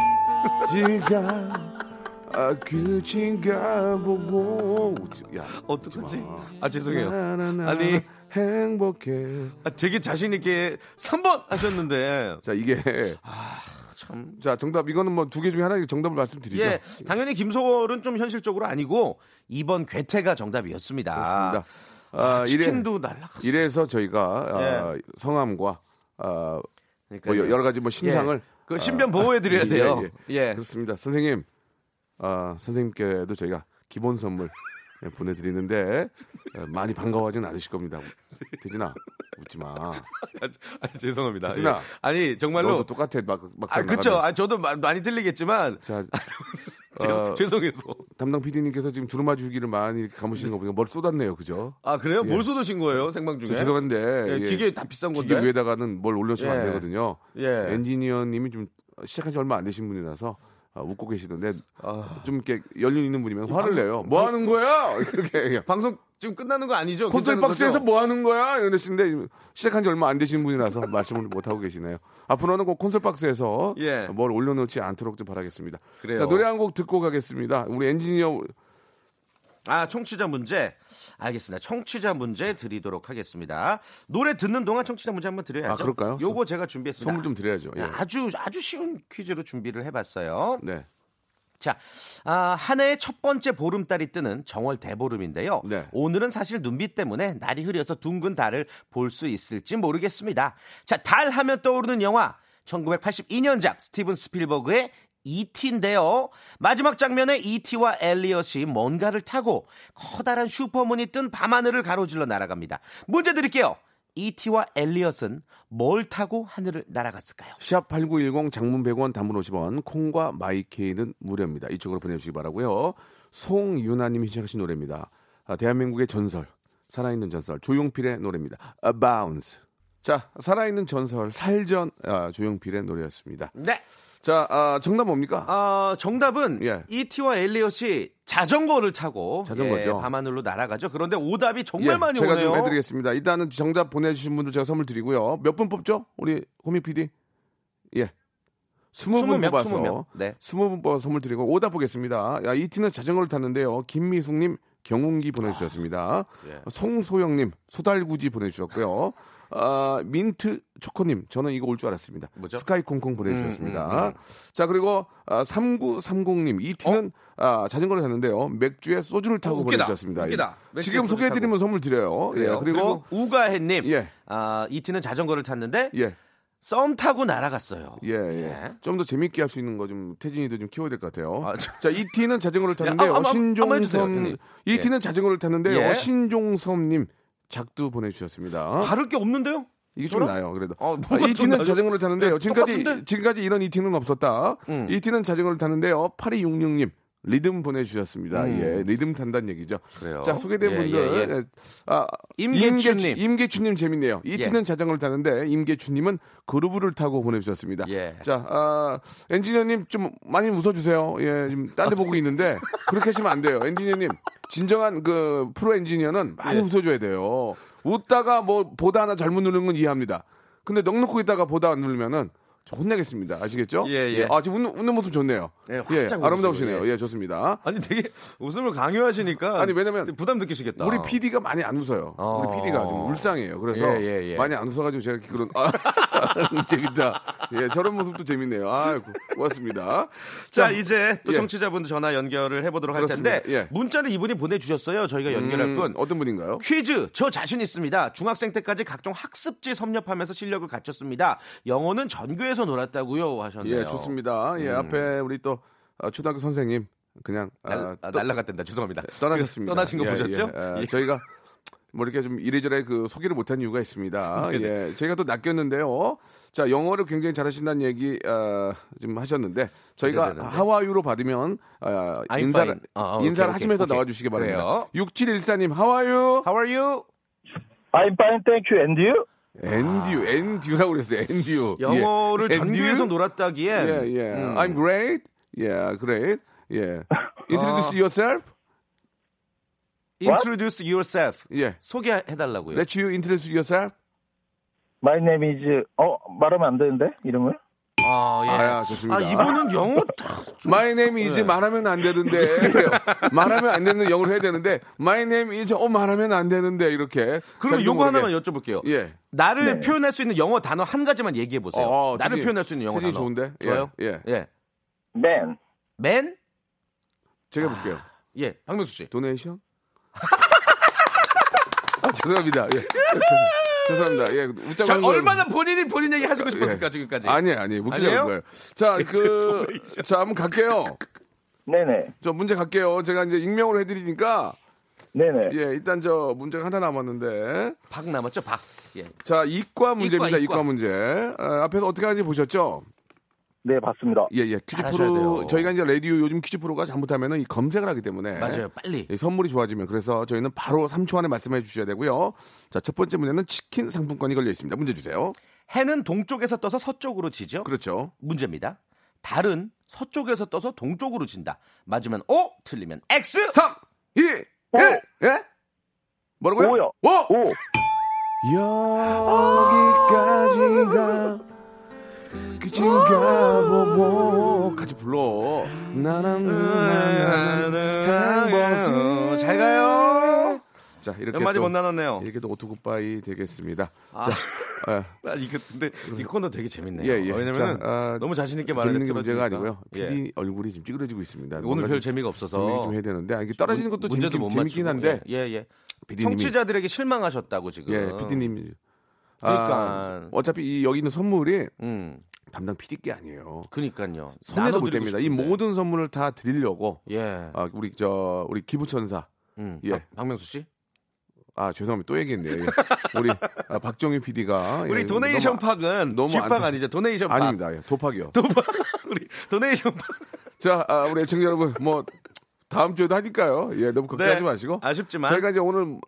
지가, 아, 그친가 보고. 야, 어떡하지? 아 죄송해요. 나나나, 아니. 행복해. 아, 되게 자신 있게 3번 하셨는데 자 이게 아, 참. 자 정답 이거는 뭐 두 개 중에 하나 정답을 말씀드리죠. 예, 당연히 김소월은 좀 현실적으로 아니고 2번 괴테가 정답이었습니다. 그렇습니다. 아, 아, 이래, 치킨도 날라갔어. 이래서 저희가 아, 성함과 아, 뭐 그러니까요. 여러 가지 뭐 신상을 예, 그 신변 보호해 드려야 예, 돼요. 예, 예. 그렇습니다. 선생님 아, 선생님께도 저희가 기본 선물 예, 보내드리는데 어, 많이 반가워하진 않으실 겁니다. 대진아 웃지 마. 아, 죄송합니다. 태준아. 예. 아니 정말로 너도 똑같아 막 막상 아 그쵸. 나가면. 아 저도 마- 많이 들리겠지만 자 죄송, 어, 죄송해서. 담당 PD님께서 지금 두루마리 주기를 많이 이렇게 감으시는 거 보니까 머리 쏟았네요, 그죠? 아 그래요? 예. 뭘 쏟으신 거예요? 생방 중에? 저 죄송한데 예, 예, 기계 다 비싼 건데. 기계 위에다가는 뭘 올려주면 예. 안 되거든요. 예. 엔지니어님이 좀 시작한 지 얼마 안 되신 분이라서 아, 웃고 계시던데 아. 좀 이렇게 연륜 있는 분이면 화를 내요. 뭐 하는 거야? 이렇게 방송 지금 끝나는 거 아니죠? 컨트롤 괜찮은 박스에서 거죠? 뭐 하는 거야? 이런 데시는데 시작한 지 얼마 안 되신 분이라서 말씀을 못 하고 계시네요. 앞으로는 꼭 콘솔 박스에서 예. 뭘 올려놓지 않도록 좀 바라겠습니다. 그래요. 자 노래 한 곡 듣고 가겠습니다. 우리 엔지니어 아, 청취자 문제. 알겠습니다. 청취자 문제 드리도록 하겠습니다. 노래 듣는 동안 청취자 문제 한번 드려야죠. 아, 그럴까요? 요거 제가 준비했습니다. 선물 좀 드려야죠. 예. 네. 아주 아주 쉬운 퀴즈로 준비를 해 봤어요. 네. 자, 아, 한 해의 첫 번째 보름달이 뜨는 정월 대보름인데요. 네. 오늘은 사실 눈빛 때문에 날이 흐려서 둥근 달을 볼 수 있을지 모르겠습니다. 자, 달 하면 떠오르는 영화 1982년작 스티븐 스필버그의 E.T.인데요. 마지막 장면에 E.T.와 엘리엇이 뭔가를 타고 커다란 슈퍼문이 뜬 밤하늘을 가로질러 날아갑니다. 문제 드릴게요. E.T.와 엘리엇은 뭘 타고 하늘을 날아갔을까요? 샵 8910 장문 100원 단문 50원 콩과 마이케이는 무료입니다. 이쪽으로 보내주시기 바라고요. 송윤아님이 시작하신 노래입니다. 아, 대한민국의 전설 살아있는 전설 조용필의 노래입니다. A Bounce 자 살아있는 전설 살전 아, 조용필의 노래였습니다. 네. 자 아, 정답 뭡니까? 아, 정답은 예. 이티와 엘리엇이 자전거를 타고 자전거죠. 예, 밤하늘로 날아가죠. 그런데 오답이 정말 예, 많이 제가 오네요. 좀 해드리겠습니다. 일단은 정답 보내주신 분들 제가 선물 드리고요. 몇 분 뽑죠? 우리 호미 PD? 예. 스무 스무 분 명, 뽑아서 스무 명. 네. 스무 분 뽑아서 선물 드리고 오답 보겠습니다. 야, 이티는 자전거를 탔는데요. 김미숙님 경운기 보내주셨습니다. 예. 송소영님 소달구지 보내주셨고요. 아, 민트 초코님 저는 이거 올 줄 알았습니다. 뭐죠? 스카이콩콩 보내주셨습니다. 음, 음, 음. 자 그리고 아, 3930님 이티는 아, 자전거를 탔는데요. 맥주에 소주를 타고 어? 웃기다. 보내주셨습니다. 웃기다. 예. 맥주 지금 소주 소개해드리면 타고. 선물 드려요. 그래요. 예, 그리고, 우가해님, 예. 아, 이티는 자전거를 탔는데 예, 썸 타고 날아갔어요. 예, 예. 예. 좀 더 재밌게 할 수 있는 거 좀 태진이도 좀 키워야 될 것 같아요. 아, 저- 자, 이티는 자전거를 야, 탔는데요. 한번- 한번 해주세요, 신종섬 형님. 이티는 자전거를 탔는데요. 예. 신종섬님 작두 보내주셨습니다. 다를 게 없는데요? 이게 좀 아, 저런? 나요, 그래도. 어, 아, 뭐가 좀 이티는 나요? 자전거를 타는데요. 예, 지금까지 똑같은데? 지금까지 이런 이티는 없었다. 음. 이티는 자전거를 타는데요. 8266님 리듬 보내주셨습니다. 음. 예, 리듬 탄다는 얘기죠. 그래요. 자 소개된 예, 분들 예, 예. 예, 아, 임계춘님. 예. 임계추, 님 재밌네요. 이티는 자전거를 타는데 임계추님은 그루브를 타고 보내주셨습니다. 예. 자 아, 엔지니어님 좀 많이 웃어주세요. 예, 지금 딴 데 보고 있는데 그렇게 하시면 안 돼요. 엔지니어님 진정한 그 프로 엔지니어는 많이 예. 웃어줘야 돼요. 웃다가 뭐 보다 하나 잘못 누르는 건 이해합니다. 근데 넉넉히 있다가 보다 안 누르면은 저 혼나겠습니다. 아시겠죠? 예, 예. 아 지금 웃는, 웃는 모습 좋네요. 예, 활짝 웃으시고, 아름다우시네요. 예. 예, 좋습니다. 아니 되게 웃음을 강요하시니까 아니, 왜냐면 되게 부담 느끼시겠다. 우리 PD가 많이 안 웃어요. 어. 우리 PD가 좀 울상해요. 그래서 예, 예, 예. 많이 안 웃어가지고 제가 이렇게 그런 아, 재밌다. 예, 저런 모습도 재밌네요. 아, 고- 고맙습니다. 자, 이제 또 예. 청취자분들 전화 연결을 해보도록 할 그렇습니다. 텐데 예. 문자를 이분이 보내주셨어요. 저희가 연결할 음, 뿐. 어떤 분인가요? 퀴즈 저 자신 있습니다. 중학생 때까지 각종 학습지 섭렵하면서 실력을 갖췄습니다. 영어는 전교에서 놀았다고요 하셨네요. 예, 좋습니다. 음. 예, 앞에 우리 또 아, 초등학교 선생님 그냥 날, 아, 아, 떠- 날라갔답니다. 죄송합니다. 떠나셨습니다. 떠나신 거 예, 보셨죠? 예, 아, 예. 저희가 뭐 이렇게 좀 이래저래 그 소개를 못한 이유가 있습니다. 예, 저희가 또 낚였는데요. 자, 영어를 굉장히 잘하신다는 얘기 아, 지금 하셨는데 저희가 기대되는데. 하와이로 받으면 아, I'm 인사를 fine. 아, 아, 오케이, 인사를 오케이, 하시면서 오케이. 나와주시기 그래요. 아. 바랍니다. 6714님 하와유 How are you? I'm fine, thank you, and you? 엔듀 엔듀라고 그랬어요. 엔듀 영어를 예. 전교에서 음. And you? 놀았다기에 예, 예. I'm great. Yeah, great. 예. 아. Introduce yourself. introduce yourself. 예. 소개해달라고요. Let you introduce yourself. My name is, 어, 말하면 안 되는데? 이름을? 아, 예. 아, 좋습니다. 아, 이분은 영어 다- My name is 네. 말하면 안 되는데 말하면 안 되는 영어로 해야 되는데 My name is 어 말하면 안 되는데 이렇게 그럼 자기도 요거 모르게. 하나만 여쭤볼게요. 예 나를 표현할 수 있는 영어 단어 한 가지만 얘기해 보세요. 어, 어, 나를 되게- 표현할 수 있는 영어 되게 단어. 좋은데? 예, 좋아요? 예. 예. Man. 맨? 제가 볼게요 예. 박명수 씨. 도네이션 아, 죄송합니다 예 죄송- 죄송합니다 예 웃자고 저 한 거예요. 얼마나 본인이 본인 얘기 하시고 싶었을까 예. 지금까지. 아니 아니 웃기려고 어, 아니에요? 네, 거예요 그, 자그자 한번 갈게요 네네. 저 문제 갈게요 제가 이제 익명으로 해드리니까 네네. 예 일단 저 문제가 하나 남았는데 박 남았죠 박. 예. 자 이과 문제입니다 이과, 이과. 문제 아, 앞에서 어떻게 하는지 보셨죠 네, 봤습니다. 예, 예. 퀴즈 잘하셔야 프로 돼요. 저희가 이제 라디오 요즘 퀴즈 프로가 잘못하면은 이 검색을 하기 때문에 맞아요. 빨리. 예, 선물이 좋아지면 그래서 저희는 바로 3초 안에 말씀해 주셔야 되고요. 자, 첫 번째 문제는 치킨 상품권이 걸려 있습니다. 문제 주세요. 해는 동쪽에서 떠서 서쪽으로 지죠. 그렇죠. 문제입니다. 달은 서쪽에서 떠서 동쪽으로 진다. 맞으면 O, 틀리면 X. 3, 2, 1. 예? 뭐라고요? 오요. 오! 오. 여기까지가 끝인가 보고 같이 불러 나랑 음, 아, 네, 나랑 어, 잘 가요. 자 이렇게 연마디 또 못 나눴네요. 이렇게 또 오토굿바이 되겠습니다. 어. 아. 자, 예. 예. 아, 이거 근데 이 코너 되게 재밌네요. 예, 예. 왜냐면 자, 아, 너무 자신 있게 말을 재밌는 게 했지만 문제가 재밌다. 아니고요. 예. PD 얼굴이 지금 찌그러지고 있습니다. 오늘 뭔가 좀별 재미가 없어서 정리를 좀 해야 되는데 아, 이게 떨어지는 것도 문제도 재밌긴, 못 재밌긴 맞추고. 한데 예, 예. 예. PD님이 청취자들에게 실망하셨다고 지금. 예, PD님 아, 그러니까. 어차피 이 여기 있는 선물이 음. 담당 PD 게 아니에요. 그니까요. 손해도 못 됩니다. 이 모든 선물을 다 드리려고 예. 아, 우리 저 우리 기부천사 음. 예. 박- 박명수 씨. 아 죄송합니다 또 얘기했네요. 예. 우리 아, 박정희 PD가 우리 도네이션 팍은 너무 너무 쥐팍 안타- 아니죠? 도네이션 팍. 아닙니다. 예, 도박이요. 도박. 우리 도네이션 팍. 자 아, 우리 애청자 여러분 뭐 다음 주에도 하니까요. 예 너무 걱정하지 네. 마시고 아쉽지만 저희가 이제 오늘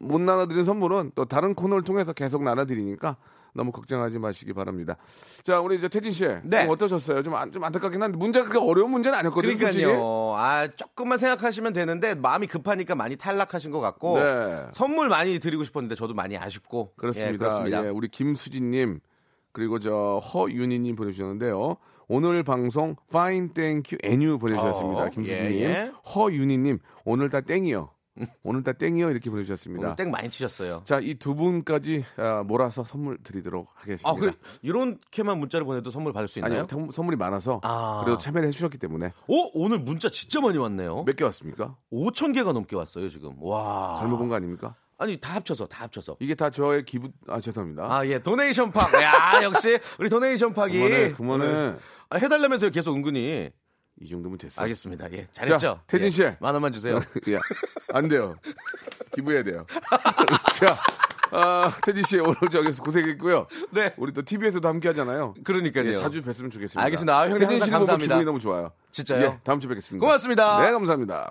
못 나눠드린 선물은 또 다른 코너를 통해서 계속 나눠드리니까 너무 걱정하지 마시기 바랍니다. 자 우리 이제 태진 씨 네. 좀 어떠셨어요? 좀, 안, 좀 안타깝긴 한데 문제가 그렇게 어려운 문제는 아니었거든요. 솔직히. 그러니까요. 아 조금만 생각하시면 되는데 마음이 급하니까 많이 탈락하신 것 같고 네. 선물 많이 드리고 싶었는데 저도 많이 아쉽고 그렇습니다. 예, 그렇습니다. 예, 우리 김수진님 그리고 저 허윤희님 보내주셨는데요. 오늘 방송 파인 땡큐 애뉴 보내주셨습니다. 어, 김수진님, 예, 예. 허윤희님 오늘 다 땡이요. 오늘 다 땡이요 이렇게 보내주셨습니다. 오늘 땡 많이 치셨어요. 자 이 두 분까지 아, 몰아서 선물 드리도록 하겠습니다. 아, 그 이렇게만 문자를 보내도 선물 받을 수 있나요? 아니요 통- 선물이 많아서 아. 그래도 참여를 해주셨기 때문에 어? 오 오늘 문자 진짜 많이 왔네요. 몇 개 왔습니까? 5천 개가 넘게 왔어요 지금. 와. 잘못 본 거 아닙니까? 아니 다 합쳐서 다 합쳐서. 이게 다 저의 기분 아 죄송합니다. 아 예 도네이션 팍. 야 역시 우리 도네이션 팍이. 그만해 그만해 아, 해달라면서요 계속 은근히. 이 정도면 됐어요. 알겠습니다. 예 잘했죠. 자, 태진 예, 씨. 만 원만 주세요. 야, 안 돼요. 기부해야 돼요. 자, 아, 태진 씨 오늘 저기서 고생했고요. 네. 우리 또 TV에서도 함께 하잖아요. 그러니까요. 예, 자주 뵀으면 좋겠습니다. 알겠습니다. 아, 형님 태진 씨는 항상 오늘 감사합니다. 기분이 너무 좋아요. 진짜요? 예, 다음 주에 뵙겠습니다. 고맙습니다. 네, 감사합니다.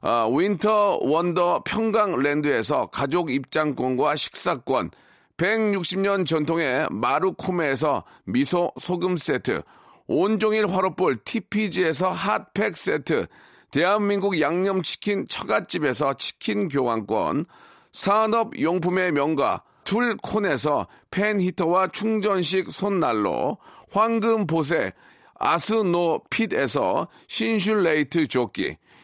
아, 윈터 원더 평강랜드에서 가족 입장권과 식사권 160년 전통의 마루코메에서 미소 소금 세트 온종일 화로볼 TPG에서 핫팩 세트, 대한민국 양념치킨 처갓집에서 치킨 교환권, 산업용품의 명가 툴콘에서 팬히터와 충전식 손난로, 황금보세 아스노핏에서 신슐레이트 조끼,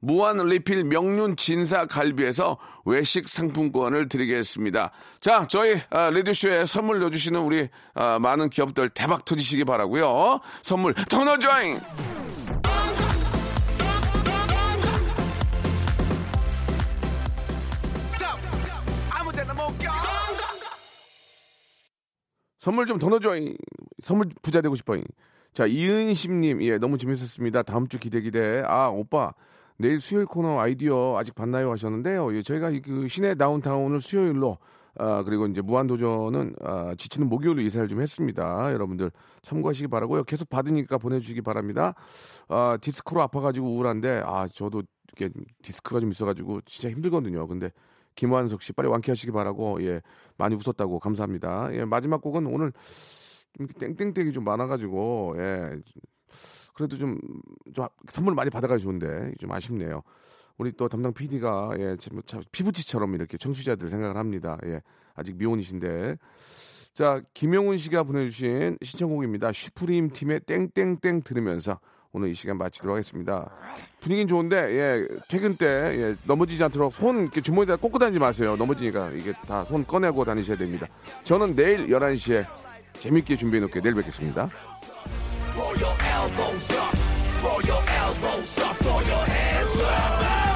무한 리필 명륜 진사 갈비에서 외식 상품권을 드리겠습니다. 자, 저희 아, 레디쇼에 선물 넣어주시는 우리 아, 많은 기업들 대박 터지시기 바라고요. 선물 더 넣어줘잉! 선물 좀 더 넣어줘잉! 선물 부자 되고 싶어잉! 자, 이은심님, 예, 너무 재밌었습니다. 다음 주 기대 기대. 아, 오빠. 내일 수요일 코너 아이디어 아직 봤나요 하셨는데요. 예, 저희가 이그 시내 다운타운을 수요일로 아, 그리고 이제 무한도전은 아, 지치는 목요일로 이사를 좀 했습니다. 여러분들 참고하시기 바라고요. 계속 받으니까 보내주시기 바랍니다. 아, 디스크로 아파가지고 우울한데 아 저도 이게 디스크가 좀 있어가지고 진짜 힘들거든요. 근데 김완석 씨 빨리 완쾌하시기 바라고 예 많이 웃었다고 감사합니다. 예 마지막 곡은 오늘 좀 땡땡땡이 좀 많아가지고 예 그래도 좀, 좀 선물 많이 받아가 좋은데 좀 아쉽네요. 우리 또 담당 PD가 예, 참, 참 피부치처럼 이렇게 청취자들 생각을 합니다. 예, 아직 미혼이신데. 자, 김영훈 씨가 보내주신 신청곡입니다. 슈프림 팀의 땡땡땡 들으면서 오늘 이 시간 마치도록 하겠습니다. 분위기는 좋은데, 예, 퇴근 때, 예, 넘어지지 않도록 손 이렇게 주머니에다 꽂고 다니지 마세요. 넘어지니까 이게 다 손 꺼내고 다니셔야 됩니다. 저는 내일 11시에 재밌게 준비해 놓을게요. 내일 뵙겠습니다. Throw your elbows up. Throw your elbows up. Throw your hands up.